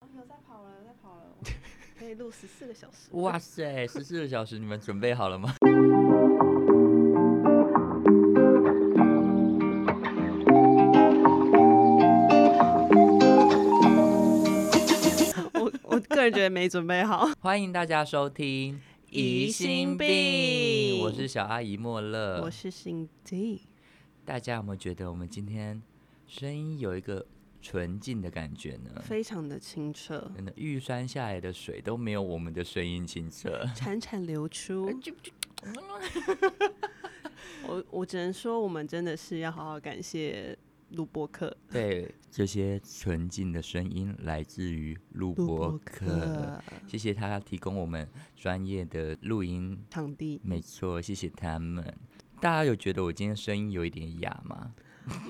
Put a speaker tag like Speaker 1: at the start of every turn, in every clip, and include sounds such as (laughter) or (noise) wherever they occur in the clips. Speaker 1: (laughs) 以录十四个小
Speaker 2: (laughs)
Speaker 1: 时。
Speaker 2: 哇塞，十四个小时，你们准备好了吗？
Speaker 1: 我我个人觉得没准备好。
Speaker 2: 欢迎大家收听《
Speaker 1: 疑心病
Speaker 2: 我是小阿姨莫乐。
Speaker 1: 我是心迪，
Speaker 2: 大家有没有觉得我们今天声音有一个纯净的感觉呢？
Speaker 1: 非常的清澈，
Speaker 2: 真的，玉山下来的水都没有我们的声音清澈。
Speaker 1: 潺潺流出。 (laughs) 我我只能说，我们真的是要好好感谢录播客。
Speaker 2: 对，这些纯净的声音来自于录
Speaker 1: 录
Speaker 2: 播课，
Speaker 1: 客
Speaker 2: 谢谢他提供我们专业的录音
Speaker 1: 场地，
Speaker 2: 没错，谢谢他们。大家有觉得我今天声音有一点哑吗？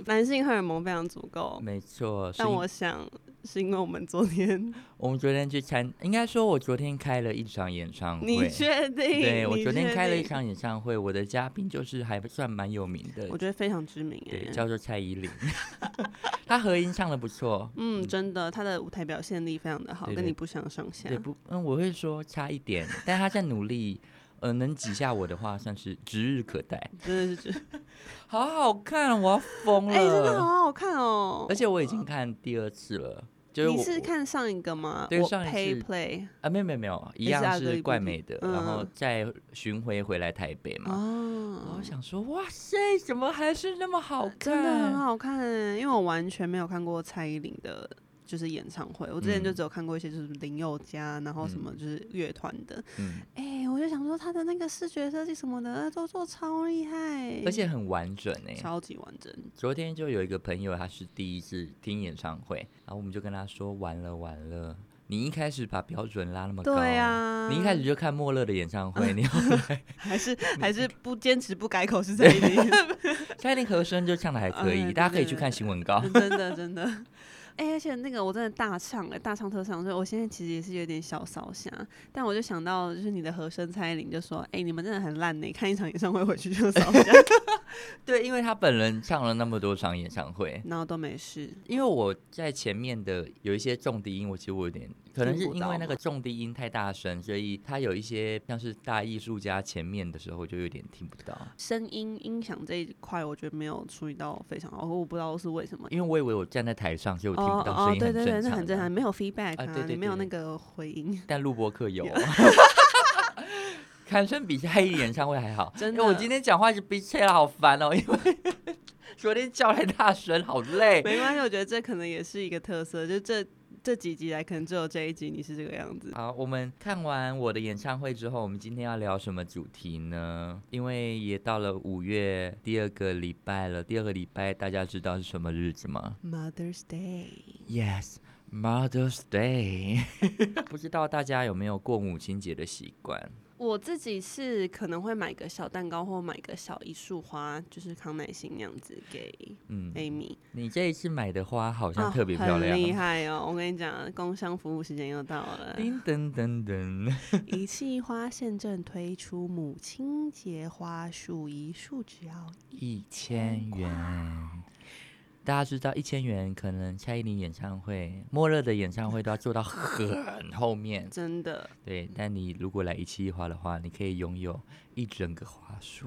Speaker 1: 男性荷尔蒙非常足够，
Speaker 2: 没错，是
Speaker 1: 但
Speaker 2: 因
Speaker 1: 我想是因为我们昨天，
Speaker 2: 我们昨天去参，应该说我昨天开了一场演唱会。
Speaker 1: 你确定？
Speaker 2: 对，我
Speaker 1: 你
Speaker 2: 昨天
Speaker 1: 确
Speaker 2: 开了一
Speaker 1: 定，
Speaker 2: 场演唱会，我的嘉宾就是还算蛮有名的
Speaker 1: 我，觉得非常知名
Speaker 2: 对，
Speaker 1: 哎。
Speaker 2: 叫做蔡
Speaker 1: (laughs)
Speaker 2: 依林，她合音唱的不错，
Speaker 1: 嗯，真的，他的舞台表现力非常的好，
Speaker 2: 对
Speaker 1: 跟
Speaker 2: 对
Speaker 1: 你不相上下
Speaker 2: 对。不？嗯，我会说差
Speaker 1: (laughs)
Speaker 2: 一点，但她在努力，呃，能挤下我的话，算是指日可待。
Speaker 1: 真的是觉得，
Speaker 2: 好好看，我要疯了，
Speaker 1: 哎、真的好好看哦！
Speaker 2: 而且我已经看第二次了，就是我
Speaker 1: 你是看上一个吗？
Speaker 2: 对
Speaker 1: 我
Speaker 2: 上一
Speaker 1: Pay
Speaker 2: 次
Speaker 1: Play
Speaker 2: 啊，没有没有没有，一
Speaker 1: 也是阿
Speaker 2: 样
Speaker 1: 哥
Speaker 2: 是
Speaker 1: 一
Speaker 2: 怪
Speaker 1: 部
Speaker 2: 美
Speaker 1: 剧
Speaker 2: 的，然后
Speaker 1: 嗯
Speaker 2: 再巡回回来台北嘛。然
Speaker 1: 哦
Speaker 2: 后，想说，哇塞，怎么还是那么好看？
Speaker 1: 呃真的很好看欸，因为我完全没有看过蔡依林的。就是演唱会，我之前就
Speaker 2: 嗯
Speaker 1: 只有看过一些就是林宥嘉，然后什么就是乐团的，
Speaker 2: 嗯，
Speaker 1: 哎、我就想说他的那个视觉设计什么的都做超厉害，
Speaker 2: 而且很完整哎、
Speaker 1: 超级完整。
Speaker 2: 昨天就有一个朋友，他是第一次听演唱会，然后我们就跟他说，完了完了，你一开始把标准拉那么高，
Speaker 1: 对啊，
Speaker 2: 你一开始就看莫乐的演唱
Speaker 1: (laughs)
Speaker 2: 会，你要
Speaker 1: 还是还是不坚持不改
Speaker 2: (laughs)
Speaker 1: 口是蔡依林，
Speaker 2: 蔡依林和声就唱的还可以，
Speaker 1: 嗯
Speaker 2: 大家可以
Speaker 1: 对
Speaker 2: 去看新闻稿。 (laughs)
Speaker 1: 真的真的。哎、而且那个我真的大唱哎、大唱特唱，所以我现在其实也是有点小烧瞎。但我就想到，就是你的和声蔡依林就说：“哎、你们真的很烂呢、看一场演唱会回去就烧瞎，
Speaker 2: 对，因为他本人唱了那么多场演唱会，
Speaker 1: (laughs) 然后都没事。
Speaker 2: 因为我在前面的有一些重低音，我其实我有点可能是
Speaker 1: 听不
Speaker 2: 因
Speaker 1: 到
Speaker 2: 为那个
Speaker 1: 吗
Speaker 2: 重低音太大声，所以它有一些像是大艺术家前面的时候我就有点听不到，”
Speaker 1: 声音音响这一块，我觉得没有注意到非常好，我不知道是为什么。
Speaker 2: 因为我以为我站在台上，所以我听
Speaker 1: 哦
Speaker 2: 不到声
Speaker 1: 哦，
Speaker 2: 音
Speaker 1: 对
Speaker 2: 很
Speaker 1: 对对，
Speaker 2: 正
Speaker 1: 那
Speaker 2: 常，
Speaker 1: 很正常，没有 feedback
Speaker 2: 啊
Speaker 1: 啊，
Speaker 2: 对对对
Speaker 1: 你没有
Speaker 2: 对
Speaker 1: 那个回音， (laughs)
Speaker 2: 但录播课有。 (laughs) 坎声比蔡依林演唱会还好，
Speaker 1: 真
Speaker 2: 因为我
Speaker 1: 的
Speaker 2: 今天讲话一直逼切了，好烦哦，因为 (laughs) 昨天叫太大声，好累。
Speaker 1: 没关系。我觉得这可能也是一个特色，就这这几集来，可能只有这一集你是这个样子。
Speaker 2: 好，我们看完我的演唱会之后，我们今天要聊什么主题呢？因为也到了五月第二个礼拜了，第二个礼拜大家知道是什么日子吗
Speaker 1: Mother's Day。
Speaker 2: ？Yes。Mother's Day，不 (laughs) 知道大家有没有过母亲节的习惯？
Speaker 1: 我自己是可能会买个小蛋糕或买个小一束花，就是康乃馨那样子给
Speaker 2: 嗯，
Speaker 1: Amy，
Speaker 2: 你这一次买的花好像
Speaker 1: 啊
Speaker 2: 特别漂亮，
Speaker 1: 很厉害哦！我跟你讲，工商服务时间又到 (laughs) 了，
Speaker 2: 叮噔噔噔，
Speaker 1: 一气花现正推出母亲节花束，一束只要
Speaker 2: 一千元。 (laughs) 大家知道，一千元可能蔡依林演唱会、莫热的演唱会都要做到很后面。
Speaker 1: 真的 (laughs)
Speaker 2: 对，但你如果来一期一花的话，你可以拥有一整个花束，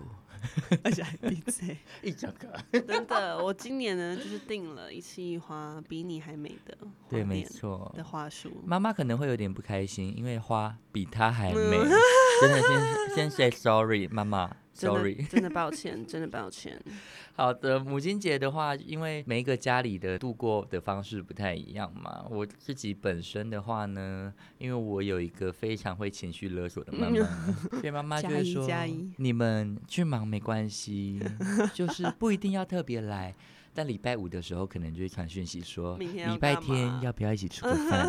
Speaker 1: 而且还闭嘴，
Speaker 2: (laughs) 一整个。
Speaker 1: 真的。我今年呢就是订了一气花，比你还美的花
Speaker 2: 对，没
Speaker 1: 店
Speaker 2: 错
Speaker 1: 的。花束，
Speaker 2: 妈妈可能会有点不开心，因为花比她还 (laughs) 美。真的，先先 say sorry，妈妈
Speaker 1: 真
Speaker 2: ，sorry
Speaker 1: 的。真的抱歉，真的抱歉。
Speaker 2: 好的，母亲节的话，因为每一个家里的度过的方式不太一样嘛。我自己本身的话呢，因为我有一个非常会情绪勒索
Speaker 1: (laughs)
Speaker 2: 的妈妈，所以妈妈就
Speaker 1: 加
Speaker 2: 会
Speaker 1: 一
Speaker 2: 说
Speaker 1: 加一：“
Speaker 2: 你们去忙没关系， (laughs) 就是不一定要特别来。”但礼拜五的时候，可能就会传讯息说：“
Speaker 1: 明天要
Speaker 2: 礼拜
Speaker 1: 干
Speaker 2: 天
Speaker 1: 嘛
Speaker 2: 要不要一起吃个饭？”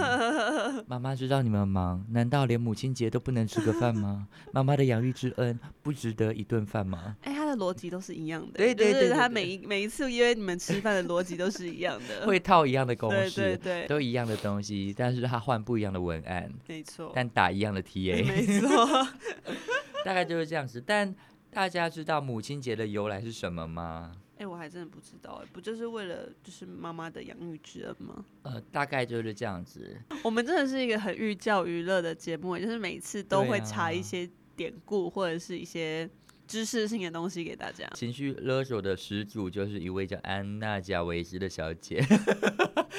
Speaker 1: (laughs)
Speaker 2: 妈妈知道你们忙，难道连母亲节都不能吃个饭吗？妈妈的养育之恩不值得一顿饭吗？
Speaker 1: 哎、他的逻辑都是一样的，
Speaker 2: 对对
Speaker 1: 就
Speaker 2: 对
Speaker 1: 是
Speaker 2: 对
Speaker 1: 他
Speaker 2: 对
Speaker 1: 每一每一次约你们吃饭的逻辑都是一样的，
Speaker 2: 会套一样的
Speaker 1: (laughs)
Speaker 2: 公
Speaker 1: 对
Speaker 2: 式，
Speaker 1: 对对，
Speaker 2: 都一样的东西，但是他换不一样的文案，
Speaker 1: 没错，
Speaker 2: 但打一样的 TA，
Speaker 1: (laughs) 没
Speaker 2: (laughs)
Speaker 1: 错，
Speaker 2: 大概就是这样子。但大家知道母亲节的由来是什么吗？
Speaker 1: 哎、我还真的不知道、哎，不就是为了就是妈妈的养育之恩吗？
Speaker 2: 呃，大概就是这样子。
Speaker 1: 我们真的是一个很寓教于乐的节目，欸就是每次都
Speaker 2: 对
Speaker 1: 会
Speaker 2: 啊
Speaker 1: 查一些典故或者是一些知识性的东西给大家。
Speaker 2: 情绪勒索的始祖就是一位叫安娜贾维斯的小姐， (laughs)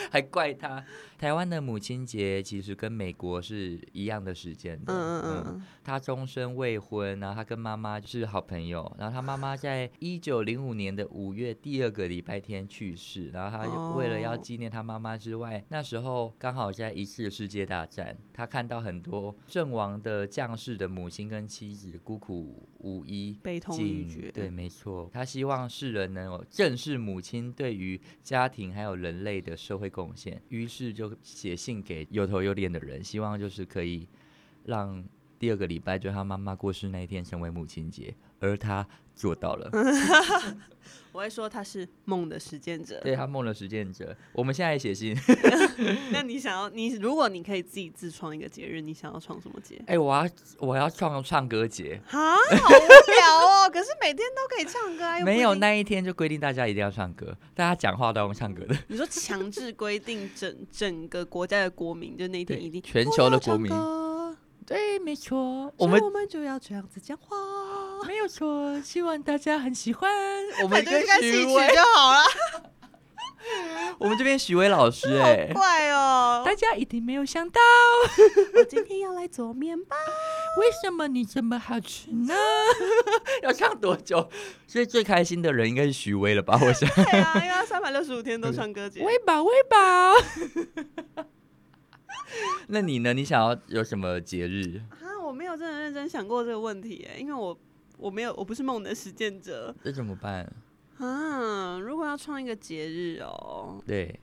Speaker 2: 还怪她。台湾的母亲节其实跟美国是一样的时间的。
Speaker 1: 嗯嗯嗯，
Speaker 2: 她终身未婚，然后她跟妈妈是好朋友，然后她妈妈在一九零五年的五月第二个礼拜天去世，然后她就为了要
Speaker 1: 哦
Speaker 2: 纪念她妈妈之外，那时候刚好在一次世界大战，她看到很多阵亡的将士的母亲跟妻子孤苦无依，
Speaker 1: 悲痛欲
Speaker 2: 敬
Speaker 1: 绝。
Speaker 2: 对，，没错，他希望世人能有正视母亲对于家庭还有人类的社会贡献，于是就写信给有头有脸的人，希望就是可以让第二个礼拜，就是他妈妈过世那一天成为母亲节，而他做
Speaker 1: (laughs)
Speaker 2: 到了，
Speaker 1: 我会说他是梦的实践者。
Speaker 2: 对他梦的实践者。我们现在写信， (laughs)
Speaker 1: 那你想要你如果你可以自己自创一个节日，你想要创什么节？
Speaker 2: 哎、我要我要创唱歌节，
Speaker 1: 哈，好无
Speaker 2: (laughs)
Speaker 1: 聊哦！可是每天都可以唱歌啊，又不一
Speaker 2: 没有
Speaker 1: 定
Speaker 2: 那一天就规定大家一定要唱歌，大家讲话都要用唱歌的，
Speaker 1: 你说强制规定整整个国家的国民，就那一天一定
Speaker 2: 对，全球的国民
Speaker 1: 不要，唱歌
Speaker 2: 对，没错，
Speaker 1: 所以
Speaker 2: 我们
Speaker 1: 我们就要这样子讲话。
Speaker 2: (laughs) 没有错，希望大家很喜 (laughs) 欢。我们
Speaker 1: 反正
Speaker 2: 跟
Speaker 1: 就看戏
Speaker 2: 许
Speaker 1: 曲
Speaker 2: 巍，
Speaker 1: 就好了，
Speaker 2: 我们这边许巍老师哎、
Speaker 1: 好怪哦！
Speaker 2: 大家一定没有想到，
Speaker 1: 我今天要来做面包，
Speaker 2: 为什么你这么好吃呢？ (laughs) 要唱多久？所以最开心的人应该是许巍了 (laughs) 吧？我想，
Speaker 1: 对啊， (laughs) 因为他三百六十五天都唱歌节。
Speaker 2: 喂饱，喂饱。 (laughs) 那你呢？你想要有什么节日？
Speaker 1: 啊，我没有真的认真想过这个问题耶，因为我我没有我不是梦的实践者
Speaker 2: 这怎么办？
Speaker 1: 啊。如果要创一个节日哦，
Speaker 2: 对，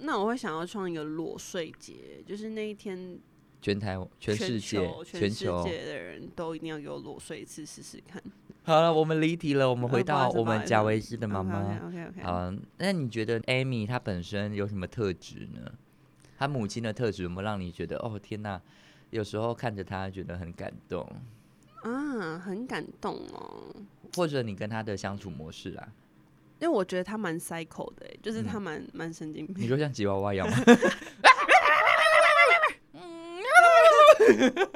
Speaker 1: 那我会想要创一个裸睡节，就是那一天
Speaker 2: 全台、全世界、
Speaker 1: 球全
Speaker 2: 全
Speaker 1: 世
Speaker 2: 球。
Speaker 1: 界的人都一定要给我裸睡一次试试看。
Speaker 2: 好了，我们离题了，我们回
Speaker 1: 呃不好
Speaker 2: 到
Speaker 1: 意思
Speaker 2: 我
Speaker 1: 不好
Speaker 2: 们
Speaker 1: 意思
Speaker 2: 贾维斯的妈妈。
Speaker 1: OK OK
Speaker 2: 哦好
Speaker 1: OK。
Speaker 2: 啊，那你觉得 Amy 她本身有什么特质呢？她母亲的特质有没有让你觉得哦天哪？有时候看着她觉得很感动，
Speaker 1: 啊，很感动哦，
Speaker 2: 或者你跟她的相处模式啊，
Speaker 1: 因为我觉得他蛮 psycho 的耶，就是他
Speaker 2: 嗯
Speaker 1: 蛮蛮神经
Speaker 2: 你
Speaker 1: 病。
Speaker 2: 就像吉娃娃一样吗？ (laughs)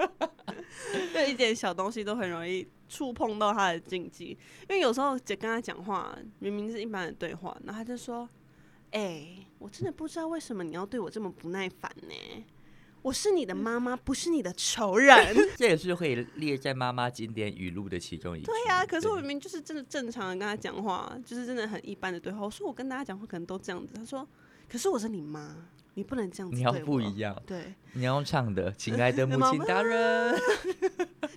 Speaker 1: 对一点小东西都很容易触碰到他的禁忌，因为有时候姐跟他讲话，明明是一般的对话，然后他就说：“哎、我真的不知道为什么你要对我这么不耐烦呢、我是你的妈妈，不是你的仇人。
Speaker 2: 这也是会列在妈妈经典语录的其中一句。
Speaker 1: 对呀、啊可是我明明就是真的正常的跟他讲话，就是真的很一般的对话。我说我跟大家讲话可能都这样子，他说，可是我是你妈，你不能这样子
Speaker 2: 你
Speaker 1: 对我。
Speaker 2: 要不一样，
Speaker 1: 对
Speaker 2: 你要用唱的，亲
Speaker 1: (laughs)
Speaker 2: 爱的母
Speaker 1: 妈
Speaker 2: 亲
Speaker 1: 妈
Speaker 2: 大人，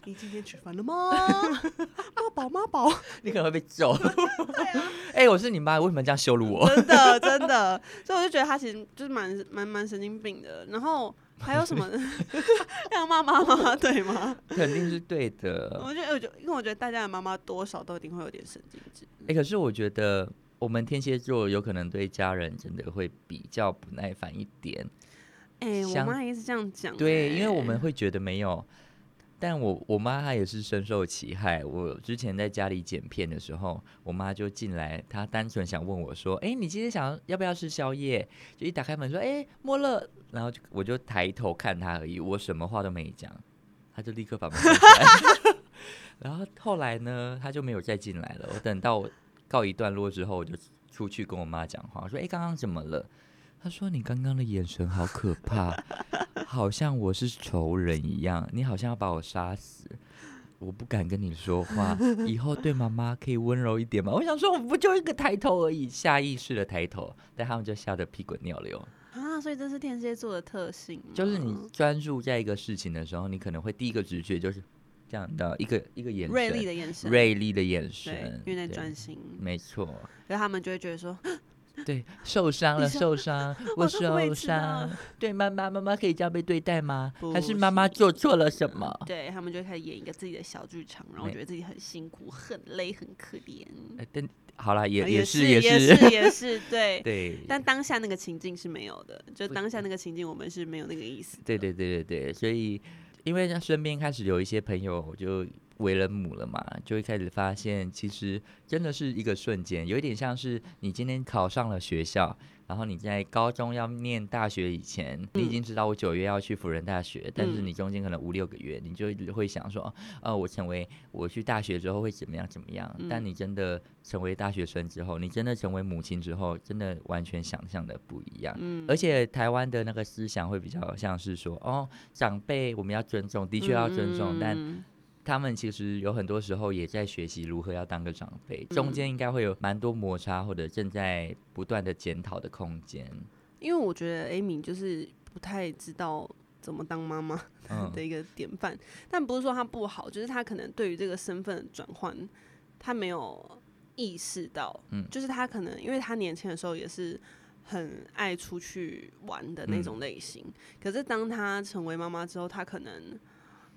Speaker 1: 你今天吃饭了 (laughs) 吗？妈宝妈宝，
Speaker 2: 你可能会被揍。
Speaker 1: 啊
Speaker 2: (laughs) 哎、我是你妈，为什么这样羞辱我？ (laughs)
Speaker 1: 真的真的，所以我就觉得他其实就是蛮蛮蛮神经病的。然后还有什么让妈妈妈
Speaker 2: (laughs)
Speaker 1: 妈对吗？
Speaker 2: 肯定是对
Speaker 1: (laughs)
Speaker 2: 的。
Speaker 1: 我觉得我觉得，因为我觉得大家的妈妈多少都一定会有点神经质。
Speaker 2: 哎、可是我觉得我们天蝎座有可能对家人真的会比较不耐烦一点，
Speaker 1: 哎、我
Speaker 2: 相
Speaker 1: 妈也是这样讲、
Speaker 2: 对，因为我
Speaker 1: 哎
Speaker 2: 们会觉得没有。但我我妈她也是深受其害。我之前在家里剪片的时候，我妈就进来，她单纯想问我说：“哎、你今天想要不要吃宵夜？”就一打开门说：“哎、莫乐。”然后就我就抬头看她而已，我什么话都没讲，她就立刻把门关起来。 (laughs) 然后后来呢，她就没有再进来了。我等到我告一段落之后，我就出去跟我妈讲话，我说：“哎、刚刚怎么了？”她说：“你刚刚的眼神好可怕。”好像我是仇人一样，你好像要把我杀死，我不敢跟你说话。以后对妈妈可以温柔一点吗？我想说，我不就一个抬头而已，下意识的抬头，但他们就吓得屁滚尿流。
Speaker 1: 啊，所以这是天蝎座的特性吗，
Speaker 2: 就是你专注在一个事情的时候，你可能会第一个直觉就是这样的一个一个眼神，
Speaker 1: 锐利的眼神，
Speaker 2: 锐利的眼
Speaker 1: 对
Speaker 2: 神，，
Speaker 1: 因为在
Speaker 2: 对嗯
Speaker 1: 专心，
Speaker 2: 没错，
Speaker 1: 然后他们就会觉得说，
Speaker 2: 对，受伤了，
Speaker 1: 你说
Speaker 2: 受伤，
Speaker 1: 我都不会
Speaker 2: 受
Speaker 1: 知道
Speaker 2: 伤，对妈妈，妈妈可以这样被对待吗？还是
Speaker 1: 不
Speaker 2: 妈妈
Speaker 1: 行
Speaker 2: 做错了什么？
Speaker 1: 对他们就会开始演一个自己的小剧场，然后
Speaker 2: 没
Speaker 1: 觉得自己很辛苦、很累、很可怜。
Speaker 2: 哎，但好啦，也
Speaker 1: 啊
Speaker 2: 也
Speaker 1: 是
Speaker 2: 也
Speaker 1: 也是也是对。
Speaker 2: (laughs) 对，
Speaker 1: 但当下那个情境是没有的，就
Speaker 2: 不
Speaker 1: 当下那个情境我们是没有那个意思。
Speaker 2: 对对对对对，所以因为像身边开始有一些朋友就为人母了嘛，就会开始发现，其实真的是一个瞬间，有一点像是你今天考上了学校，然后你在高中要念大学以前，你已经知道我九月要去辅仁大学，但是你中间可能五六个月，你就会想说，哦，我成为我去大学之后会怎么样怎么样。但你真的成为大学生之后，你真的成为母亲之后，真的完全想象的不一样。
Speaker 1: 嗯
Speaker 2: 而且台湾的那个思想会比较像是说，哦，长辈我们要尊重，的确要尊重，但
Speaker 1: 嗯
Speaker 2: 他们其实有很多时候也在学习如何要当个长辈，
Speaker 1: 嗯
Speaker 2: 中间应该会有蛮多摩擦或者正在不断的检讨的空间。
Speaker 1: 因为我觉得 Amy 就是不太知道怎么当妈妈
Speaker 2: 嗯
Speaker 1: 的一个典范，但不是说她不好，就是她可能对于这个身份的转换，她没有意识到，
Speaker 2: 嗯
Speaker 1: 就是她可能因为她年轻的时候也是。很爱出去玩的那
Speaker 2: 嗯
Speaker 1: 种类型，可是当她成为妈妈之后，她可能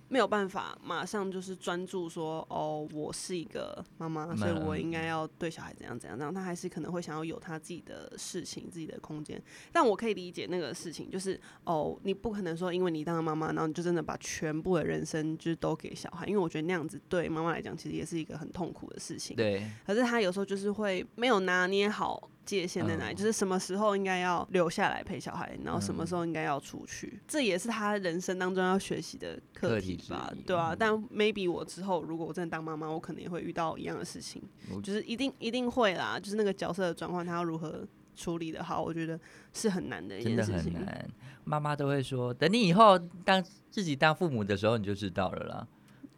Speaker 1: 没有办法马上就是专注说哦，我是一个妈妈，
Speaker 2: 嗯
Speaker 1: 所以我应该要对小孩怎样怎样怎样。她还是可能会想要有她自己的事情、自己的空间。但我可以理解那个事情，就是哦，你不可能说因为你当了妈妈，然后你就真的把全部的人生就是都给小孩，因为我觉得那样子对妈妈来讲其实也是一个很痛苦的事情。
Speaker 2: 对，
Speaker 1: 可是他有时候就是会没有拿捏好界限在哪里，
Speaker 2: 嗯
Speaker 1: 就是什么时候应该要留下来陪小孩，然后什么
Speaker 2: 嗯
Speaker 1: 时候应该要出去，这也是他人生当中要学习的课
Speaker 2: 课
Speaker 1: 题
Speaker 2: 题之
Speaker 1: 吧
Speaker 2: 一，
Speaker 1: 对啊。
Speaker 2: 嗯
Speaker 1: 但 maybe 我之后如果我真的当妈妈，我可能也会遇到一样的事情
Speaker 2: 我，
Speaker 1: 就是一定一定会啦，就是那个角色的转换，他要如何处理的好，我觉得是很难的一
Speaker 2: 真
Speaker 1: 件
Speaker 2: 的
Speaker 1: 事
Speaker 2: 很
Speaker 1: 情。
Speaker 2: 难。妈妈都会说，等你以后当自己当父母的时候，你就知道了啦。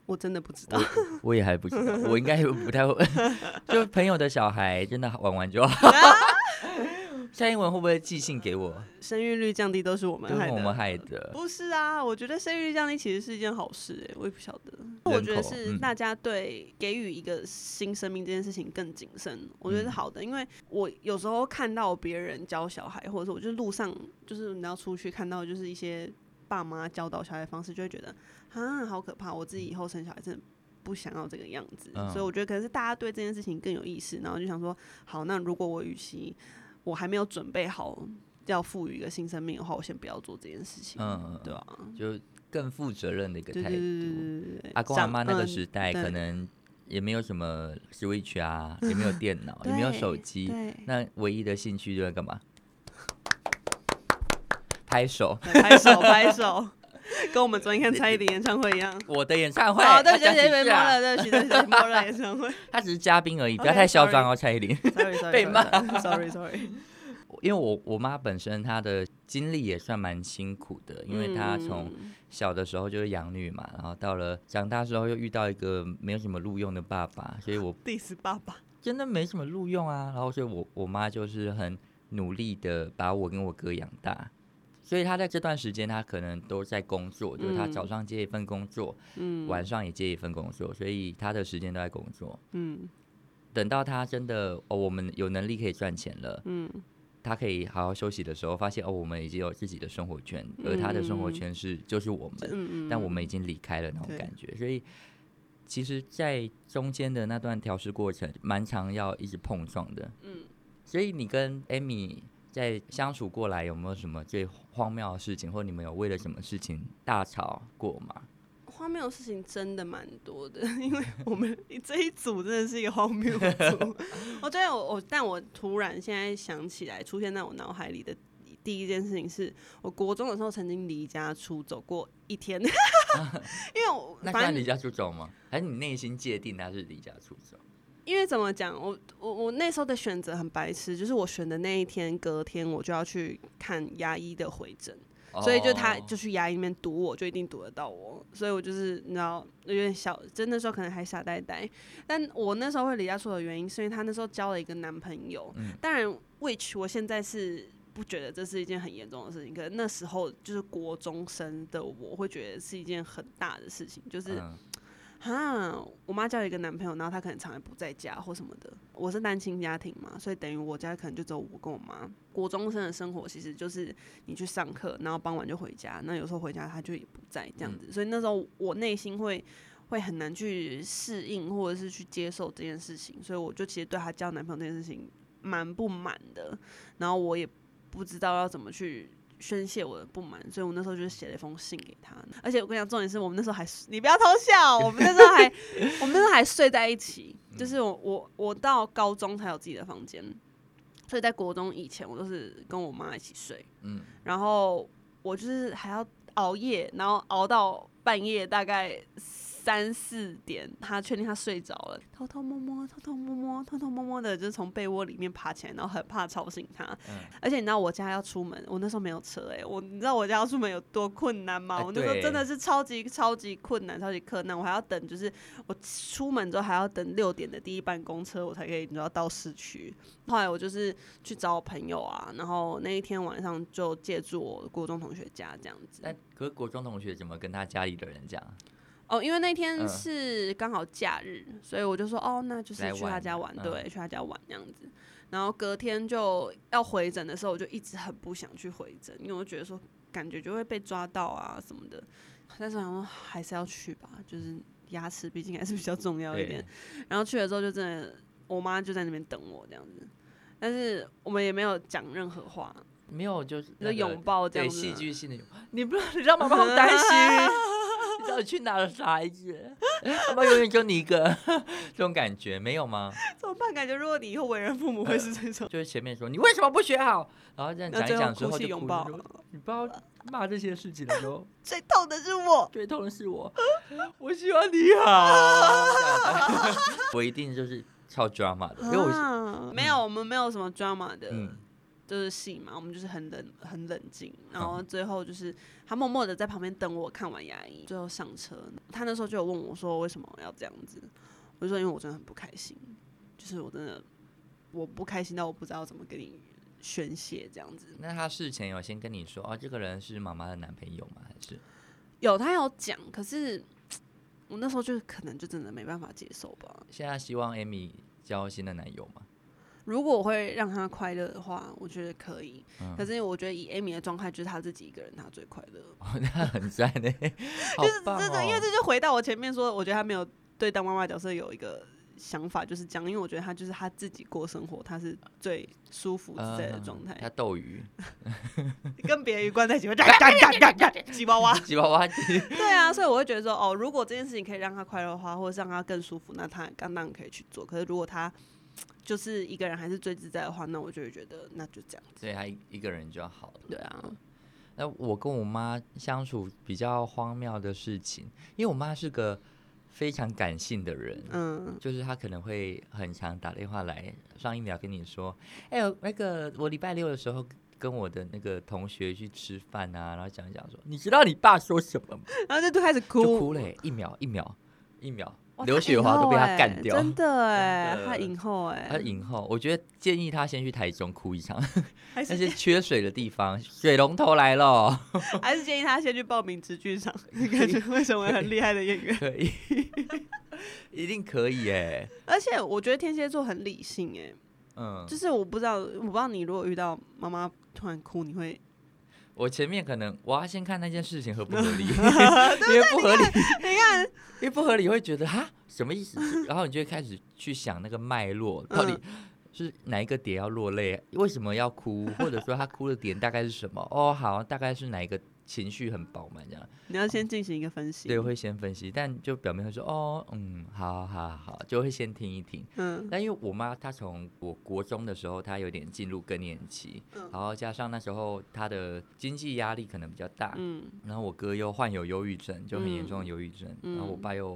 Speaker 1: 我真的不知道， (laughs)
Speaker 2: 我也还不知道，我应该也不太会。 (laughs) 就朋友的小孩，真的玩玩就好。 (laughs) 夏英文会不会寄信给我？
Speaker 1: 生育率降低都是我们
Speaker 2: 都
Speaker 1: 害
Speaker 2: 是
Speaker 1: 的，
Speaker 2: 我们害的。
Speaker 1: 不是啊，我觉得生育率降低其实是一件好事、欸，我也不晓得。我觉得是
Speaker 2: 嗯
Speaker 1: 大家对给予一个新生命这件事情更谨慎，我觉得是好
Speaker 2: 嗯
Speaker 1: 的。因为我有时候看到别人教小孩，或者是我就是路上，就是你要出去看到就是一些爸妈教导小孩的方式，就会觉得啊，好可怕！我自己以后生小孩真的。不想要这个样子，
Speaker 2: 嗯
Speaker 1: 所以我觉得可能是大家对这件事情更有意识，然后就想说，好，那如果我与其我还没有准备好要赋予一个新生命的话，我先不要做这件事情。
Speaker 2: 嗯，
Speaker 1: 对啊，
Speaker 2: 就更负责任的一个
Speaker 1: 对
Speaker 2: 态
Speaker 1: 对对
Speaker 2: 度。
Speaker 1: 对对对，嗯
Speaker 2: 阿公阿妈那个时
Speaker 1: 时
Speaker 2: 代，
Speaker 1: 对
Speaker 2: 可能也没有什么 Switch 啊，也
Speaker 1: (laughs)
Speaker 2: 没有电脑，也没有手机，
Speaker 1: 对，
Speaker 2: 那唯一的兴趣就是干嘛？ (laughs) 拍手。
Speaker 1: 对拍手拍手，跟我们昨天看蔡依林演唱会一样。
Speaker 2: 我的演唱 (laughs) 会，
Speaker 1: 好，对不起，
Speaker 2: 他
Speaker 1: 对不起，
Speaker 2: 讲
Speaker 1: 对
Speaker 2: 几
Speaker 1: 不
Speaker 2: 次
Speaker 1: 起，摸
Speaker 2: 啊
Speaker 1: 了，对不起，对不起，摸了演唱
Speaker 2: (laughs)
Speaker 1: 会。
Speaker 2: 他只是嘉宾而已，不要
Speaker 1: OK，
Speaker 2: 太嚣张哦，蔡依林。 (laughs)
Speaker 1: Sorry (laughs) Sorry，
Speaker 2: 被骂
Speaker 1: Sorry Sorry，
Speaker 2: 因为我我妈本身她的经历也算蛮辛苦的，因为
Speaker 1: 嗯
Speaker 2: 她从小的时候就是养女嘛，然后到了长大之后又遇到一个没有什么录用的爸爸，所以我
Speaker 1: 第十八爸，
Speaker 2: 真的没什么录用啊。然后所以我我妈就是很努力的把我跟我哥养大，所以她在这段时间她可能都在工作，就是她
Speaker 1: 嗯
Speaker 2: 早上接一份工作，
Speaker 1: 嗯
Speaker 2: 晚上也接一份工作，所以她的时间都在工作。
Speaker 1: 嗯
Speaker 2: 等到她真的哦，我们有能力可以赚钱了，
Speaker 1: 嗯
Speaker 2: 他可以好好休息的时候，发现哦，我们已经有自己的生活圈，而他的生
Speaker 1: 嗯
Speaker 2: 活圈是就是我们，
Speaker 1: 嗯嗯，
Speaker 2: 但我们已经离开了那种
Speaker 1: 对
Speaker 2: 感觉，所以其实，在中间的那段调试过程，蛮常要一直碰撞的。嗯，所以你跟 Amy 在相处过来，有没有什么最荒谬的事情，或你们有为了什么事情大吵过吗？
Speaker 1: 荒谬的事情真的蛮多的， (laughs) 因为我们这一组真的是一个荒谬组。我觉得我我， (laughs) 但我突然现在想起来，出现在我脑海里的第一件事情是，我国中的时候曾经离家出走过一天， (laughs) 因为我
Speaker 2: 那
Speaker 1: 反
Speaker 2: 算
Speaker 1: 正
Speaker 2: 离家出走吗？还是你内心界定他是离家出走？
Speaker 1: 因为怎么讲，我我我那时候的选择很白痴，就是我选的那一天，隔天我就要去看牙医的回诊。所以就他
Speaker 2: 哦
Speaker 1: 就去牙医里面堵我，就一定堵得到我。所以我就是你知道有点小，就那时候可能还傻呆呆。但我那时候会离家出走的原因，是因为她那时候交了一个男朋友。
Speaker 2: 嗯
Speaker 1: 当然，which 我现在是不觉得这是一件很严重的事情，可是那时候就是国中生的我会觉得是一件很大的事情，就是
Speaker 2: 嗯
Speaker 1: 哈，我妈交了一个男朋友，然后她可能常年不在家或什么的。我是单亲家庭嘛，所以等于我家可能就只有我跟我妈。国中生的生活其实就是你去上课，然后傍晚就回家，那有时候回家她就也不在这样子，所以那时候我内心会会很难去适应或者是去接受这件事情，所以我就其实对她交男朋友这件事情蛮不满的，然后我也不知道要怎么去。宣泄我的不满，所以我那时候就写了一封信给他。而且我跟你讲，重点是我们那时候还你不要偷笑，我们那时候还我们那时候还睡在一起，就是我我我到高中才有自己的房间，所以在国中以前我都是跟我妈一起睡，
Speaker 2: 嗯，
Speaker 1: 然后我就是还要熬夜，然后熬到半夜大概三四点，他确定他睡着了，偷偷摸摸、偷偷摸摸、偷偷摸摸的，就是从被窝里面爬起来，然后很怕吵醒他。
Speaker 2: 嗯
Speaker 1: 而且你知道我家要出门，我那时候没有车哎、我你知道我家要出门有多困难吗？
Speaker 2: 哎
Speaker 1: 我那时候
Speaker 2: 对
Speaker 1: 真的是超级超级困难，超级困难，我还要等，就是我出门之后还要等六点的第一班公车，我才可以你知道到市区。后来我就是去找我朋友啊，然后那一天晚上就借住我国中同学家这样子。
Speaker 2: 那可是国中同学怎么跟他家里的人讲？啊
Speaker 1: 哦，因为那天
Speaker 2: 嗯
Speaker 1: 是刚好假日，所以我就说哦，那就是
Speaker 2: 来
Speaker 1: 去他
Speaker 2: 玩
Speaker 1: 家玩，
Speaker 2: 嗯
Speaker 1: 对，去他家玩这样子。然后隔天就要回诊的时候，我就一直很不想去回诊，因为我觉得说感觉就会被抓到啊什么的。但是我想说还是要去吧，就是牙齿毕竟还是比较重要一点。然后去了之后就真的，我妈就在那边等我这样子，但是我们也没有讲任何话，
Speaker 2: 没有，就是
Speaker 1: 就
Speaker 2: 那个
Speaker 1: 拥抱这
Speaker 2: 对
Speaker 1: 样子。
Speaker 2: 戏剧性的拥抱，你不你让妈妈好担 (laughs) 心，你到底去哪了傻子？ (laughs) 妈妈永远就你一个，这种感觉没有吗？
Speaker 1: 怎么办？感觉如果你以后为人父母会是这种，
Speaker 2: 就是前面说你为什么不学好，然后这样
Speaker 1: 那
Speaker 2: 呃讲
Speaker 1: 最后
Speaker 2: 一讲之
Speaker 1: 哭
Speaker 2: 后
Speaker 1: 泣
Speaker 2: 就
Speaker 1: 拥
Speaker 2: 哭
Speaker 1: 抱
Speaker 2: 了，说你不要骂这些事情的时 (laughs) 候，
Speaker 1: 最痛的是我。
Speaker 2: 最痛的是我， (laughs) 我希望你好。 (laughs) 这样子我一定就是超 drama 的，因为我是
Speaker 1: 啊没有，我们没有什么 drama 的，
Speaker 2: 嗯
Speaker 1: 就是戏嘛，我们就是很冷很冷静，然后最后就是他默默的在旁边等我看完牙医，最后上车，他那时候就有问我说为什么要这样子，我就说因为我真的很不开心，就是我真的我不开心到我不知道怎么跟你宣泄这样子。
Speaker 2: 那他事前有先跟你说哦，这个人是妈妈的男朋友吗？还是
Speaker 1: 有他有讲，可是我那时候就可能就真的没办法接受吧，
Speaker 2: 现在希望 Amy 交新的男友吗？
Speaker 1: 如果我会让他快乐的话，我觉得可以。
Speaker 2: 嗯
Speaker 1: 可是我觉得以 Amy 的状态，就是他自己一个人，他最快乐。
Speaker 2: 哦，那很赞
Speaker 1: (laughs)
Speaker 2: 呢，好
Speaker 1: 就是
Speaker 2: 棒
Speaker 1: 这个，因为
Speaker 2: 哦
Speaker 1: 这就回到我前面说，我觉得他没有对当妈妈的角色有一个想法，就是这样。因为我觉得他就是他自己过生活，他是最舒服自在的
Speaker 2: 嗯
Speaker 1: 状态，
Speaker 2: 他斗鱼，
Speaker 1: (laughs)
Speaker 2: (laughs)
Speaker 1: 跟别人关在一起 (laughs) 会嘎嘎嘎嘎嘎吉娃娃。
Speaker 2: 吉娃
Speaker 1: (laughs)
Speaker 2: 娃，
Speaker 1: 对啊，所以我会觉得说，哦，如果这件事情可以让他快乐的话，或者是让他更舒服，那他当然可以去做。可是如果他就是一个人还是最自在的话，那我就会觉得那就这样。
Speaker 2: 所以他一一个人就好了。
Speaker 1: 对啊，
Speaker 2: 那我跟我妈相处比较荒谬的事情，因为我妈是个非常感性的人，
Speaker 1: 嗯。
Speaker 2: 就是她可能会很常打电话来，上一秒跟你说，哎、呦，那个我礼拜六的时候。跟我的那个同学去吃饭啊，然后讲一讲说，你知道你爸说什么吗？
Speaker 1: 然后就开始哭，
Speaker 2: 就哭了、欸，一秒一秒一秒，
Speaker 1: 哇
Speaker 2: 刘
Speaker 1: 他
Speaker 2: 雪
Speaker 1: 影
Speaker 2: 华都被
Speaker 1: 后
Speaker 2: 他
Speaker 1: 欸
Speaker 2: 干掉。
Speaker 1: 真的哎、
Speaker 2: 真的
Speaker 1: 他影后哎、
Speaker 2: 他影后，我觉得建议他先去台中哭一场，
Speaker 1: (laughs) 还
Speaker 2: 那
Speaker 1: 是
Speaker 2: 些缺水的地方，水龙头来了， (laughs)
Speaker 1: 还是建议他先去报名直剧场，感觉会成为很厉害的演员。
Speaker 2: 可以，一定可以哎，
Speaker 1: 而且我觉得天蝎座很理性哎、
Speaker 2: 嗯
Speaker 1: 就，是我不知道，我不知道你如果遇到妈妈突然哭，你会
Speaker 2: 我前面可能我要先看那件事情合不合
Speaker 1: (laughs)
Speaker 2: 理，因为不合理，
Speaker 1: 你看
Speaker 2: 因为不合理会觉得哈什么意思，然后你就会开始去想那个脉络到底。
Speaker 1: 嗯
Speaker 2: 是哪一个点要落泪？为什么要哭？或者说他哭的点大概是什么？哦，好，大概是哪一个情绪很饱满这样？
Speaker 1: 你要先进行一个分析，
Speaker 2: 对，会先分析，但就表面会说哦，嗯，好好好，就会先听一听。
Speaker 1: 嗯
Speaker 2: 但因为我妈她从我国中的时候，她有点进入更年期，
Speaker 1: 嗯
Speaker 2: 然后加上那时候她的经济压力可能比较大，
Speaker 1: 嗯
Speaker 2: 然后我哥又患有忧郁症，就很严重的
Speaker 1: 嗯
Speaker 2: 忧郁症，然后我
Speaker 1: 嗯
Speaker 2: 爸又，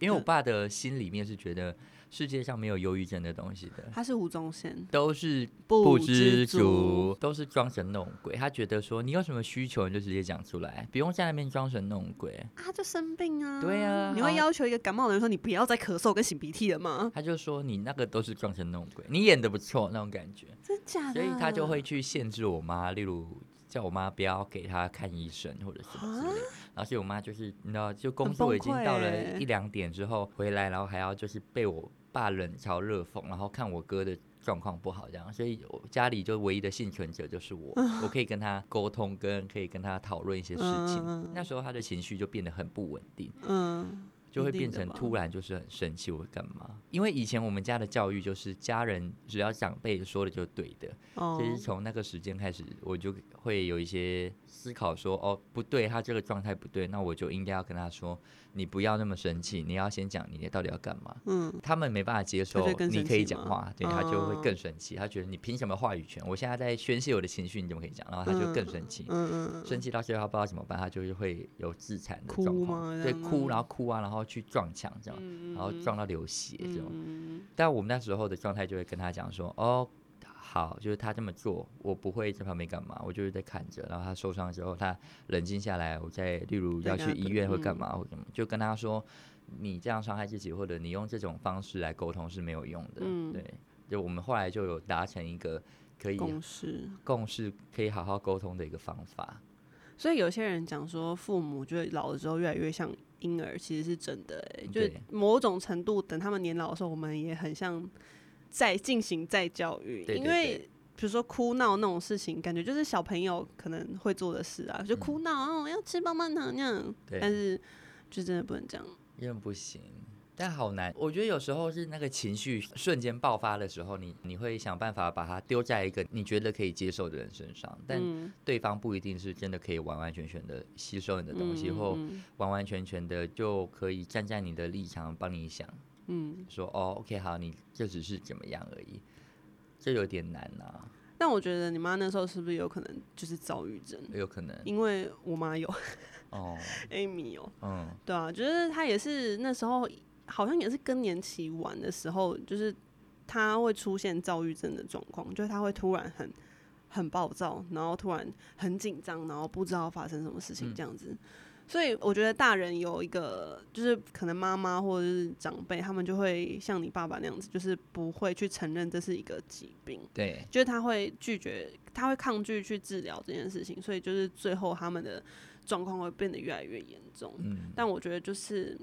Speaker 2: 因为我
Speaker 1: 嗯
Speaker 2: 爸的心里面是觉得世界上没有忧郁症的东西的。
Speaker 1: 他是吴宗宪，
Speaker 2: 都是
Speaker 1: 不知
Speaker 2: 知足，都是装神弄鬼。他觉得说你有什么需求，你就直接讲出来，不用在那边装神弄鬼。
Speaker 1: 啊，他就生病啊，
Speaker 2: 对啊
Speaker 1: 你会
Speaker 2: 好
Speaker 1: 要求一个感冒的人说你不要再咳嗽跟擤鼻涕了吗？
Speaker 2: 他就说你那个都是装神弄鬼，你演的不错那种感觉，
Speaker 1: 真假的？
Speaker 2: 所以他就会去限制我妈，例如叫我妈不要给她看医生或者什么之类的。然后所以我妈就是你知道，就工
Speaker 1: 啊很
Speaker 2: 作
Speaker 1: 崩
Speaker 2: 已经到
Speaker 1: 溃欸
Speaker 2: 了一两点之后回来，然后还要就是被我爸冷嘲热讽，然后看我哥的。状况不好，这样，所以我家里就唯一的幸存者就是我，我可以跟他沟通，跟可以跟他讨论一些事情。
Speaker 1: 啊嗯嗯嗯
Speaker 2: 那时候他的情绪就变得很不稳定，
Speaker 1: 嗯
Speaker 2: 就会
Speaker 1: 一定
Speaker 2: 变
Speaker 1: 的
Speaker 2: 成
Speaker 1: 吧
Speaker 2: 突然就是很生气，我会干嘛？因为以前我们家的教育就是家人只要长辈说的就对的，
Speaker 1: 哦
Speaker 2: 就，是从那个时间开始，我就会有一些思考说，哦，不对，他这个状态不对，那我就应该要跟他说，你不要那么生气，你要先讲你到底要干嘛。
Speaker 1: 嗯，
Speaker 2: 他们没办法接受
Speaker 1: 就更
Speaker 2: 你
Speaker 1: 生
Speaker 2: 可以
Speaker 1: 气
Speaker 2: 讲
Speaker 1: 吗
Speaker 2: 话，对他就会
Speaker 1: 哦
Speaker 2: 更生气，他觉得你凭什么话语权？我现在在宣泄我的情绪，你怎么可以讲？然后他就更生气。
Speaker 1: 嗯嗯嗯，
Speaker 2: 生气到最后他不知道怎么办，他就是会有自残的
Speaker 1: 哭
Speaker 2: 状
Speaker 1: 吗
Speaker 2: 况，对，
Speaker 1: 这样
Speaker 2: 哭，
Speaker 1: 吗
Speaker 2: 然后哭啊，然后去撞墙这样，
Speaker 1: 嗯
Speaker 2: 然后
Speaker 1: 嗯
Speaker 2: 撞到流血这种。
Speaker 1: 嗯
Speaker 2: 但我们那时候的状态就会跟他讲说，哦，好，就是他这么做，我不会在旁边干嘛，我就是在看着，然后他受伤之后，他冷静下来，我再例如
Speaker 1: 再
Speaker 2: 要
Speaker 1: 跟
Speaker 2: 去
Speaker 1: 他
Speaker 2: 医
Speaker 1: 对
Speaker 2: 院或干
Speaker 1: 嗯
Speaker 2: 嘛或什么，就跟他说，你这样伤害自己，或者你用这种方式来沟通是没有用的，
Speaker 1: 嗯
Speaker 2: 对，就我们后来就有达成一个可以
Speaker 1: 共识。
Speaker 2: 共识，可以好好沟通的一个方法。
Speaker 1: 所以有些人讲说，父母就是老了之后越来越像婴儿，其实是真的、欸。就是
Speaker 2: 对
Speaker 1: 某种程度，等他们年老的时候，我们也很像在进行再教育，
Speaker 2: 对对
Speaker 1: 因为。比如说哭闹那种事情，感觉就是小朋友可能会做的事啊，就哭闹、哦，要吃棒棒糖那样。
Speaker 2: 嗯对，
Speaker 1: 但是就真的不能这样。
Speaker 2: 因为不行，但好难。我觉得有时候是那个情绪瞬间爆发的时候，你你会想办法把它丢在一个你觉得可以接受的人身上，但
Speaker 1: 嗯
Speaker 2: 对方不一定是真的可以完完全全的吸收你的东西，
Speaker 1: 嗯
Speaker 2: 或
Speaker 1: 嗯
Speaker 2: 完完全全的就可以站在你的立场帮你想，
Speaker 1: 嗯，
Speaker 2: 说哦，OK，好，你这只是怎么样而已，这有点难啊呐、
Speaker 1: 但我觉得你妈那时候是不是有可能就是躁郁症？
Speaker 2: 有可能
Speaker 1: 因为我妈有 (laughs)
Speaker 2: 哦，
Speaker 1: ，Amy 有，
Speaker 2: 嗯，
Speaker 1: 对啊，就是他也是那时候好像也是更年期晚的时候，就是他会出现躁郁症的状况，就是他会突然很很暴躁，然后突然很紧张，然后不知道发生什么事情
Speaker 2: 嗯
Speaker 1: 这样子。所以我觉得大人有一个，就是可能妈妈或者是长辈，他们就会像你爸爸那样子，就是不会去承认这是一个疾病。
Speaker 2: 对，
Speaker 1: 就是他会拒绝，他会抗拒去治疗这件事情，所以就是最后他们的状况会变得越来越严重。
Speaker 2: 嗯，
Speaker 1: 但我觉得就是，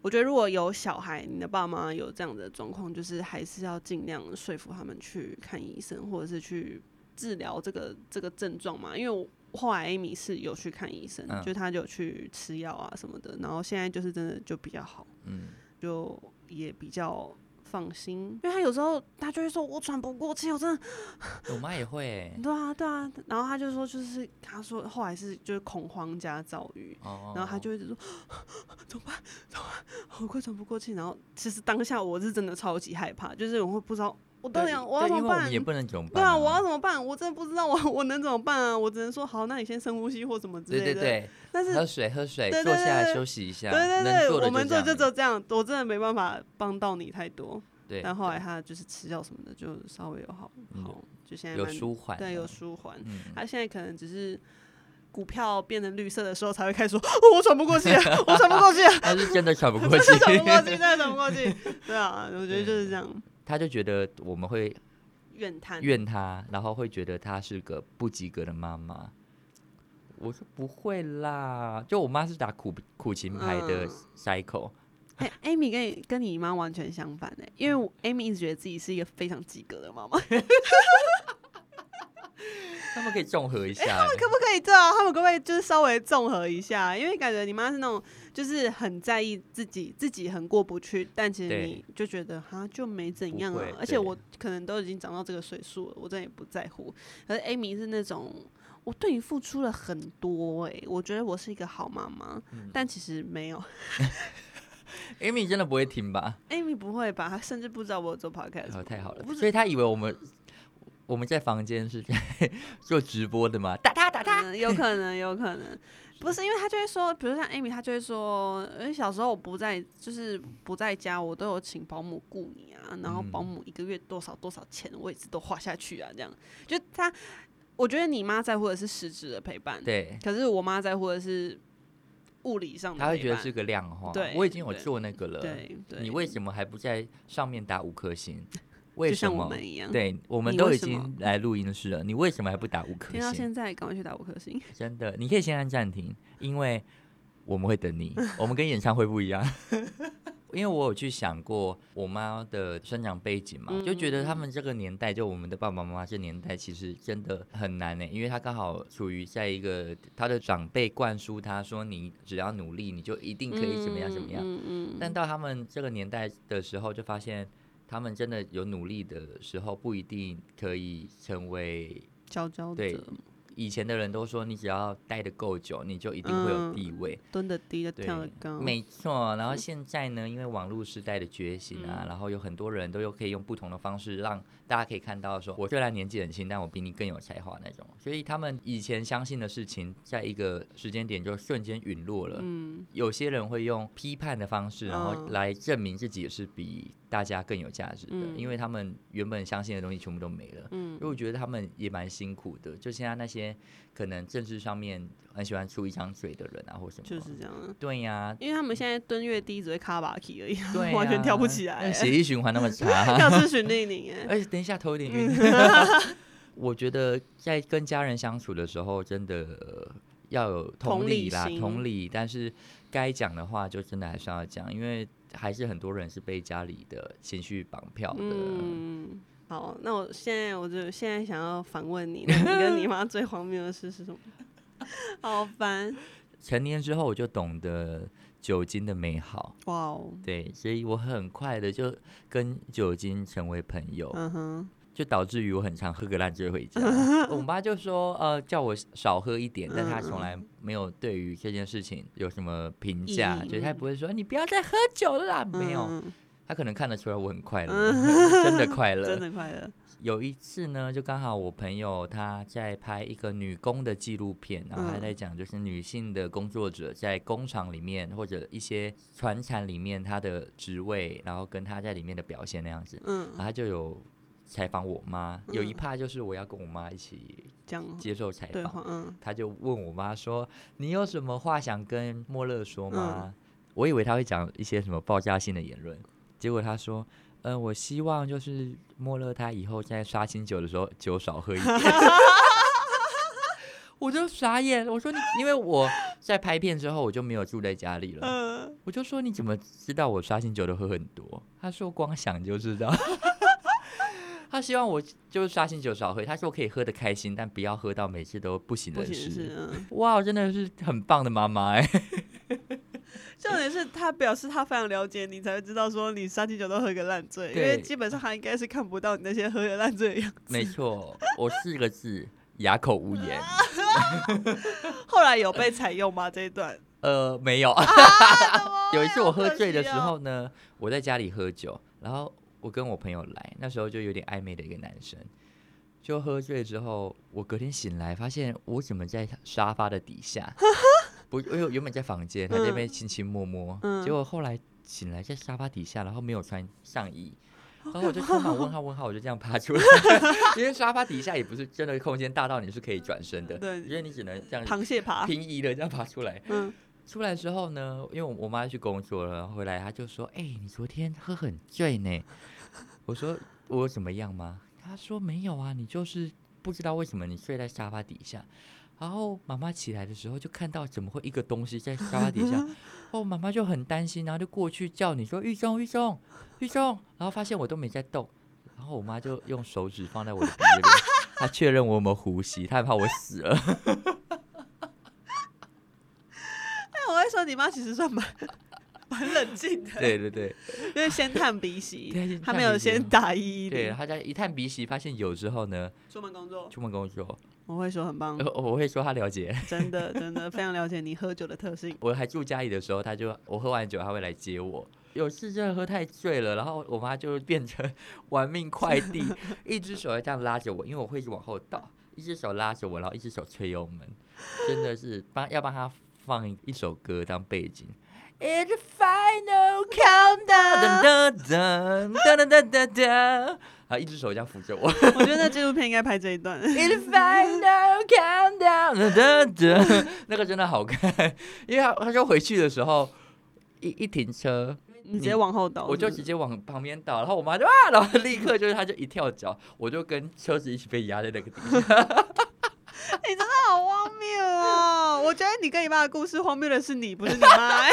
Speaker 1: 我觉得如果有小孩，你的爸妈有这样的状况，就是还是要尽量说服他们去看医生，或者是去治疗这个这个症状嘛。因为我后来 Amy 是有去看医生，
Speaker 2: 嗯
Speaker 1: 就他就有去吃药啊什么的，然后现在就是真的就比较好，
Speaker 2: 嗯，
Speaker 1: 就也比较。放心，因为他有时候他就会说：“我喘不过气，我真的
Speaker 2: 我妈也会欸、
Speaker 1: 对啊，对啊。”然后他就说：“就是他说后来是就是恐慌加躁郁，
Speaker 2: 哦，
Speaker 1: 嗯然后他就一直说 (gasps) 怎么办？怎么办？我快喘不过气。然后其实当下我是真的超级害怕，就是我会不知道我到底
Speaker 2: 对
Speaker 1: 要我要
Speaker 2: 对
Speaker 1: 怎
Speaker 2: 因
Speaker 1: 么
Speaker 2: 为我们
Speaker 1: 办
Speaker 2: 也。不能怎么
Speaker 1: 对
Speaker 2: 办、
Speaker 1: 啊，我要怎么办？我真的不知道我 (laughs) 我能怎么办啊！我只能说好，那你先深呼吸或什么之
Speaker 2: 对
Speaker 1: 类的。
Speaker 2: 对对，
Speaker 1: 但是
Speaker 2: 喝水，喝水，
Speaker 1: 对
Speaker 2: 坐
Speaker 1: 对
Speaker 2: 下来
Speaker 1: 对
Speaker 2: 休息一下。
Speaker 1: 对对
Speaker 2: 能
Speaker 1: 对，
Speaker 2: 的
Speaker 1: 我们
Speaker 2: 这
Speaker 1: 做
Speaker 2: 样
Speaker 1: 就
Speaker 2: 了
Speaker 1: 只有这样，我真的没办法帮到你太多。
Speaker 2: 对。
Speaker 1: 但后来
Speaker 2: 对
Speaker 1: 他就是吃药什么的，就稍微有好
Speaker 2: 嗯
Speaker 1: 好，就现在
Speaker 2: 有
Speaker 1: 蛮
Speaker 2: 舒缓的，
Speaker 1: 对有舒缓。
Speaker 2: 嗯，
Speaker 1: 他现在可能只是股票变成绿色的时候才会开始说，哦我喘不过气了，我喘不过气了。
Speaker 2: 他是真的喘不过
Speaker 1: 真 (laughs)
Speaker 2: 气
Speaker 1: 的，喘不过气，真的喘不过气。对啊，我觉得就是这样，
Speaker 2: 他就觉得我们会
Speaker 1: (laughs) 怨叹。
Speaker 2: 怨他，然后会觉得他是个不及格的妈妈。我说不会啦，就我妈是打苦苦情牌的
Speaker 1: 嗯
Speaker 2: cycle，、
Speaker 1: 哎、a m y 跟你跟你妈完全相反哎、因为我 Amy 一直觉得自己是一个非常及格的妈妈，可
Speaker 2: 他们可以综合一下欸、
Speaker 1: 不可以这样？哎他们可不可以就是稍微综合一下？因为感觉你妈是那种就是很在意自己，自己很过不去，但其实
Speaker 2: 对
Speaker 1: 你就觉得哈就没怎样
Speaker 2: 不
Speaker 1: 啊
Speaker 2: 会。
Speaker 1: 而且
Speaker 2: 对
Speaker 1: 我可能都已经长到这个岁数了，我真的也不在乎。可是 Amy 是那种。我对你付出了很多哎、我觉得我是一个好妈妈，
Speaker 2: 嗯
Speaker 1: 但其实没有。
Speaker 2: Amy 真的不会听吧？
Speaker 1: Amy 不会吧？她甚至不知道我有做 podcast，、
Speaker 2: 哦，太好了
Speaker 1: 我不，
Speaker 2: 所以他以为我们我们在房间是在做直播的嘛？打他打他，
Speaker 1: 嗯有可能，有可能，不是因为她就会说，比如像 Amy，她就会说，因为小时候我不在，就是不在家，我都有请保姆雇你啊，然后保
Speaker 2: 嗯
Speaker 1: 姆一个月多少多少钱，我一直都花下去啊，这样，就她，我觉得你妈在乎的是实质的陪伴，
Speaker 2: 对，
Speaker 1: 可是我妈在乎的是物理上的陪
Speaker 2: 他
Speaker 1: 伴，
Speaker 2: 会觉得是个量化。
Speaker 1: 对
Speaker 2: 我已经有
Speaker 1: 对
Speaker 2: 做那个了，
Speaker 1: 对对，
Speaker 2: 你为什么还不在上面打五颗星？为
Speaker 1: 就
Speaker 2: 什
Speaker 1: 像
Speaker 2: 么？
Speaker 1: 我们一样，
Speaker 2: 对，我们
Speaker 1: 你
Speaker 2: 都
Speaker 1: 为
Speaker 2: 已
Speaker 1: 什么
Speaker 2: 经来录音室了，你为什么还不打五颗
Speaker 1: 听到
Speaker 2: 星？
Speaker 1: 现在赶快去打五颗星，
Speaker 2: 真的，
Speaker 1: (laughs)
Speaker 2: 你可以先按暂停，因为我们会等你。我们跟演唱会不一样，因为我有去想过我妈的生长背景
Speaker 1: 嗯
Speaker 2: 嘛，就觉得他们这个年代，就我们的爸爸妈妈这年代，其实真的很难呢、欸因为他刚好处于在一个他的长辈灌输他说，你只要努力，你就一定可以怎么样怎么样。
Speaker 1: 嗯嗯
Speaker 2: 但到他们这个年代的时候，就发现他们真的有努力的时候，不一定可以成为
Speaker 1: 佼佼
Speaker 2: 对
Speaker 1: 者，
Speaker 2: 以前的人都说，你只要待得够久，你就一定会有
Speaker 1: 嗯
Speaker 2: 地位。
Speaker 1: 蹲得低的
Speaker 2: 对
Speaker 1: 跳得高，
Speaker 2: 没错，然后现在呢，因为网络时代的觉醒啊，
Speaker 1: 嗯
Speaker 2: 然后有很多人都有可以用不同的方式让大家可以看到说，我虽然年纪很轻，但我比你更有才华那种。所以他们以前相信的事情，在一个时间点就瞬间陨落了。
Speaker 1: 嗯
Speaker 2: 有些人会用批判的方式，然后
Speaker 1: 嗯
Speaker 2: 来证明自己是比大家更有价值的，
Speaker 1: 嗯
Speaker 2: 因为他们原本相信的东西全部都没了。
Speaker 1: 嗯
Speaker 2: 因为我觉得他们也蛮辛苦的，就现在那些可能政治上面很喜欢出一张嘴的人啊，或什么，
Speaker 1: 就是这样啊。
Speaker 2: 对呀、
Speaker 1: (laughs) 因为他们现在蹲越低，只会卡巴 key 而已，
Speaker 2: 对、啊
Speaker 1: 完全跳不起来 (laughs)
Speaker 2: 那血液循环那么差，
Speaker 1: 要吃循令宁
Speaker 2: (laughs)
Speaker 1: 哎。
Speaker 2: 而且等一下头有点晕。
Speaker 1: 嗯
Speaker 2: (laughs) 我觉得在跟家人相处的时候，真的、呃要有同
Speaker 1: 同
Speaker 2: 理
Speaker 1: 理
Speaker 2: 啦，
Speaker 1: 心
Speaker 2: 同理。但是该讲的话，就真的还是要讲，因为还是很多人是被家里的情绪绑票的。
Speaker 1: 嗯，好，那我现在我就现在想要反问你，
Speaker 2: (laughs)
Speaker 1: 那你跟你妈最荒谬的事是什么？ (laughs) 好烦，
Speaker 2: 成年之后，我就懂得酒精的美好。
Speaker 1: 哇哦，
Speaker 2: 对，所以我很快的就跟酒精成为朋友，
Speaker 1: 嗯哼，
Speaker 2: 就导致于我很常喝个烂醉回
Speaker 1: (laughs)
Speaker 2: 家。我妈就说，呃，叫我少喝一点，但她
Speaker 1: 嗯
Speaker 2: 从来没有对于这件事情有什么评价，
Speaker 1: 异议
Speaker 2: 就是她也不会说你不要再喝酒了啦，没有，
Speaker 1: 嗯
Speaker 2: 她可能看得出来我很快乐，
Speaker 1: 嗯
Speaker 2: 真的
Speaker 1: (laughs)
Speaker 2: 快
Speaker 1: 真
Speaker 2: 乐。
Speaker 1: 的快乐，
Speaker 2: 有一次呢，就刚好我朋友她在拍一个女工的纪录片，然后她
Speaker 1: 嗯
Speaker 2: 在讲就是女性的工作者在工厂里面或者一些船厂里面她的职位，然后跟她在里面的表现那样子，然
Speaker 1: 嗯，
Speaker 2: 后她就有采访我妈，有一
Speaker 1: 嗯
Speaker 2: 趴就是我要跟我妈一起
Speaker 1: 这样
Speaker 2: 接受采
Speaker 1: 对
Speaker 2: 访，
Speaker 1: 话，嗯，
Speaker 2: 她就问我妈说：“你有什么话想跟莫乐说
Speaker 1: 嗯
Speaker 2: 吗？”我以为她会讲一些什么爆炸性的言论，结果她说：“呃，我希望就是莫乐他以后在刷新酒的时候酒少喝一
Speaker 1: (laughs)
Speaker 2: 点。”我就傻眼，我说你，因为我在拍片之后我就没有住在家里了，
Speaker 1: 呃，
Speaker 2: 我就说你怎么知道我刷新酒都喝很多？她说光想就知道。 (laughs) 她希望我就是刷新酒少喝，她说我可以喝的开心，但不要喝到每次都不省
Speaker 1: 不
Speaker 2: 人
Speaker 1: 仅是
Speaker 2: 事。
Speaker 1: 嗯，
Speaker 2: 哇，真的是很棒的妈妈哎、
Speaker 1: 重点是他表示他非常了解你，才会知道说你杀鸡酒都喝个烂醉，因为
Speaker 2: 对
Speaker 1: 基本上他应该是看不到你那些喝个烂醉的样子。
Speaker 2: (laughs) 没错，我四个字哑口无 (laughs) 言。
Speaker 1: 后来有被采用吗？这一段？
Speaker 2: 呃，没有。
Speaker 1: 啊
Speaker 2: (laughs) 有一次我
Speaker 1: 好可
Speaker 2: 喝醉的时
Speaker 1: 惜哦
Speaker 2: 候呢，我在家里喝酒，然后我跟我朋友来，那时候就有点暧昧的一个男生，就喝醉之后，我隔天醒来发现我怎么在沙发的底下，不，因为我原本在房间，他在那边轻轻摸摸，
Speaker 1: 嗯
Speaker 2: 结果后来醒来在沙发底下，然后没有穿上衣。然后我就充满问号问号，我就这样爬出来， (laughs) 因为沙发底下也不是真的空间大到你是可以转身的，
Speaker 1: 对啊
Speaker 2: 因为你只能这样
Speaker 1: 螃蟹爬，
Speaker 2: 平移的这样爬出来。
Speaker 1: 嗯，
Speaker 2: 出来之后呢，因为我我妈去工作了，然后回来她就说：“哎、你昨天喝很醉呢。”我说：“我有怎么样吗？”她说：“没有啊，你就是不知道为什么你睡在沙发底下。”然后妈妈起来的时候就看到怎么会一个东西在沙发底下，哦，妈妈就很担心，然后就过去叫你说：“玉中，玉中，玉中。”然后发现我都没在动，然后我妈就用手指放在我的鼻子里，她确认我有没有呼吸，她害怕我死了。 (laughs)
Speaker 1: 但哎我会说你妈其实算
Speaker 2: (laughs)
Speaker 1: 蛮蛮冷静的，
Speaker 2: 对对对。
Speaker 1: 因为先探鼻
Speaker 2: (laughs) 对
Speaker 1: 息
Speaker 2: 先，
Speaker 1: 她
Speaker 2: 探
Speaker 1: 没有
Speaker 2: 鼻息
Speaker 1: 先打一一
Speaker 2: 对，
Speaker 1: 零。
Speaker 2: 他在一探鼻息，发现有之后呢，
Speaker 1: 出门工作，
Speaker 2: 出门跟我说，
Speaker 1: 我会说很棒
Speaker 2: 呃， (laughs) 我会说他了解。 (laughs)
Speaker 1: 真的真的非常了解你喝酒的特性。
Speaker 2: 我还住家里的时候，他就我喝完酒，他会来接我。有次真的喝太醉了，然后我妈就变成玩命快递，一只手这样拉着我，因为我会一直往后倒，一只手拉着我，然后一只手吹油门，真的是帮要帮他放一首歌当背景。It's the final countdown，噔噔噔噔噔噔噔，然后一只手这样扶着我。
Speaker 1: 我觉得那纪录片应该拍这一段，
Speaker 2: It's final countdown，哒哒哒那个真的好看，因为他他就回去的时候一一停车，
Speaker 1: 你直接往后倒，
Speaker 2: 我就是
Speaker 1: 不
Speaker 2: 直
Speaker 1: 是
Speaker 2: 接往旁边倒，然后我妈就啊，然后立刻就是他就一跳脚，我就跟车子一起被压在那个地方。
Speaker 1: 你真的好荒谬啊哦！
Speaker 2: (laughs)
Speaker 1: 我觉得你跟你妈的故事荒谬的是你，不是你妈。你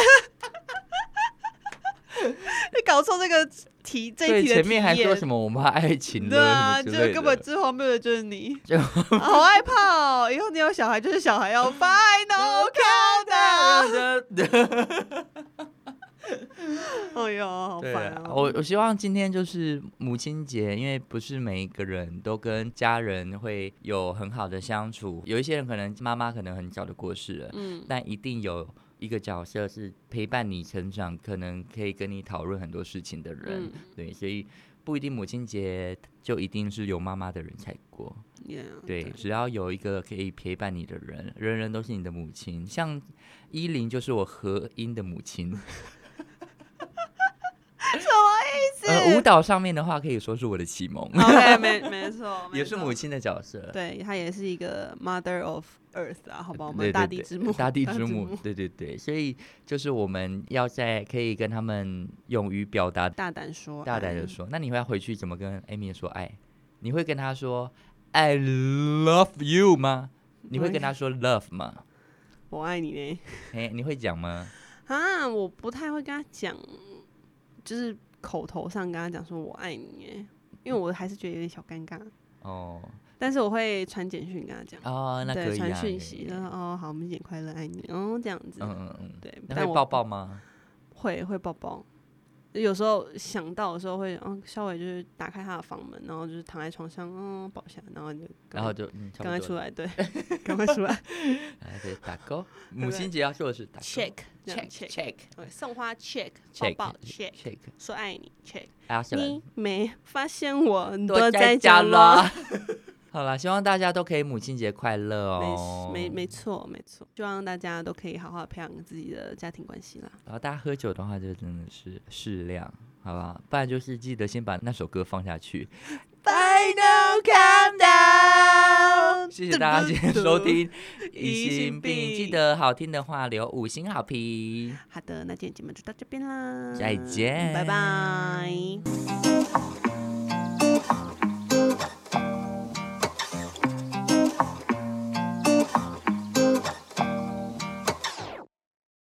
Speaker 1: 搞错这个题，这一
Speaker 2: 对，
Speaker 1: 题的
Speaker 2: 前面还
Speaker 1: 题
Speaker 2: 说
Speaker 1: 眼
Speaker 2: 什么我们爱情
Speaker 1: 对啊，
Speaker 2: 了
Speaker 1: 就
Speaker 2: 什么之类的
Speaker 1: 根本最荒谬的就是你，
Speaker 2: 就
Speaker 1: (laughs) 好害怕哦！以后你有小孩就是小孩要 final countdown，哎呦，好
Speaker 2: 对
Speaker 1: 烦
Speaker 2: 啊，
Speaker 1: 哦！
Speaker 2: 我我希望今天就是母亲节，因为不是每一个人都跟家人会有很好的相处，有一些人可能妈妈可能很早的过世了，
Speaker 1: 嗯，
Speaker 2: 但一定有一个角色是陪伴你成长，可能可以跟你讨论很多事情的人，
Speaker 1: 嗯
Speaker 2: 对，所以不一定母亲节就一定是有妈妈的人才过，
Speaker 1: Yeah，
Speaker 2: 对，只要有一个可以陪伴你的人，人人都是你的母亲，像依林就是我和音的母亲。
Speaker 1: 是
Speaker 2: 呃，舞蹈上面的话，可以说是我的启蒙，
Speaker 1: OK，没没错，没
Speaker 2: (laughs) 也是
Speaker 1: 错
Speaker 2: 母，亲的角色。
Speaker 1: 对，她也是一个 mother of earth 啊，好吧，我
Speaker 2: 对
Speaker 1: 们
Speaker 2: 对
Speaker 1: 大
Speaker 2: 对
Speaker 1: 地之母，
Speaker 2: 大地之母，，对对对，所以就是我们要在可以跟他们勇于表达，
Speaker 1: (laughs) 大胆说，
Speaker 2: 大胆的
Speaker 1: 嗯，
Speaker 2: 说。那你会回去怎么跟 Amy 说爱？你会跟她说 I love you 吗？你会跟她
Speaker 1: 哎
Speaker 2: 说 love 吗？
Speaker 1: 嗯我爱你呢。 (laughs)
Speaker 2: 哎，你会讲吗？
Speaker 1: 啊，我不太会跟他讲，就是口头上跟他讲说我爱你耶，因为我还是觉得有点小尴尬。
Speaker 2: 哦
Speaker 1: 但是我会传简讯跟他讲，
Speaker 2: 哦，那可
Speaker 1: 对，
Speaker 2: 以啊，
Speaker 1: 传
Speaker 2: 可以
Speaker 1: 讯息，然后哦好，我们一起快乐，爱你，哦这样子，
Speaker 2: 嗯嗯嗯，
Speaker 1: 对。
Speaker 2: 那
Speaker 1: 但
Speaker 2: 会
Speaker 1: 我
Speaker 2: 抱抱吗？
Speaker 1: 会会抱抱，有时候想到的时候会，嗯、稍微就是打开他的房门，然后就是躺在床上，嗯，抱一下，然后就赶
Speaker 2: 然后
Speaker 1: 快
Speaker 2: 就嗯，差
Speaker 1: 赶快
Speaker 2: 不
Speaker 1: 出
Speaker 2: 多了，
Speaker 1: 来，
Speaker 2: (laughs)
Speaker 1: 对，赶快出来
Speaker 2: 哎，对，打
Speaker 1: (laughs)
Speaker 2: 勾。母亲节要做的是打勾
Speaker 1: ，check 这样
Speaker 2: check
Speaker 1: check，
Speaker 2: check
Speaker 1: 对送花 check，抱
Speaker 2: check 嗯
Speaker 1: 抱 check，
Speaker 2: check，哎
Speaker 1: 说爱你 check。
Speaker 2: 阿瑟
Speaker 1: 你没发现我
Speaker 2: 躲
Speaker 1: 躲
Speaker 2: 在
Speaker 1: 在
Speaker 2: 角
Speaker 1: 角
Speaker 2: 落
Speaker 1: 落？。
Speaker 2: (laughs) 好啦，希望大家都可以母亲节快乐哦
Speaker 1: 没！没没错没错，希望大家都可以好好培养自己的家庭关系啦。
Speaker 2: 然后大家喝酒的话，就真的是适量，好不好？不然就是记得先把那首歌放下去。
Speaker 1: Final countdown，
Speaker 2: 谢谢大家今天收。听《疑
Speaker 1: 疑
Speaker 2: 心
Speaker 1: 心
Speaker 2: 病》，记
Speaker 1: 病
Speaker 2: 得好听的话留五星好评。
Speaker 1: 好的，那今天节目就到这边啦，
Speaker 2: 再见
Speaker 1: 拜拜。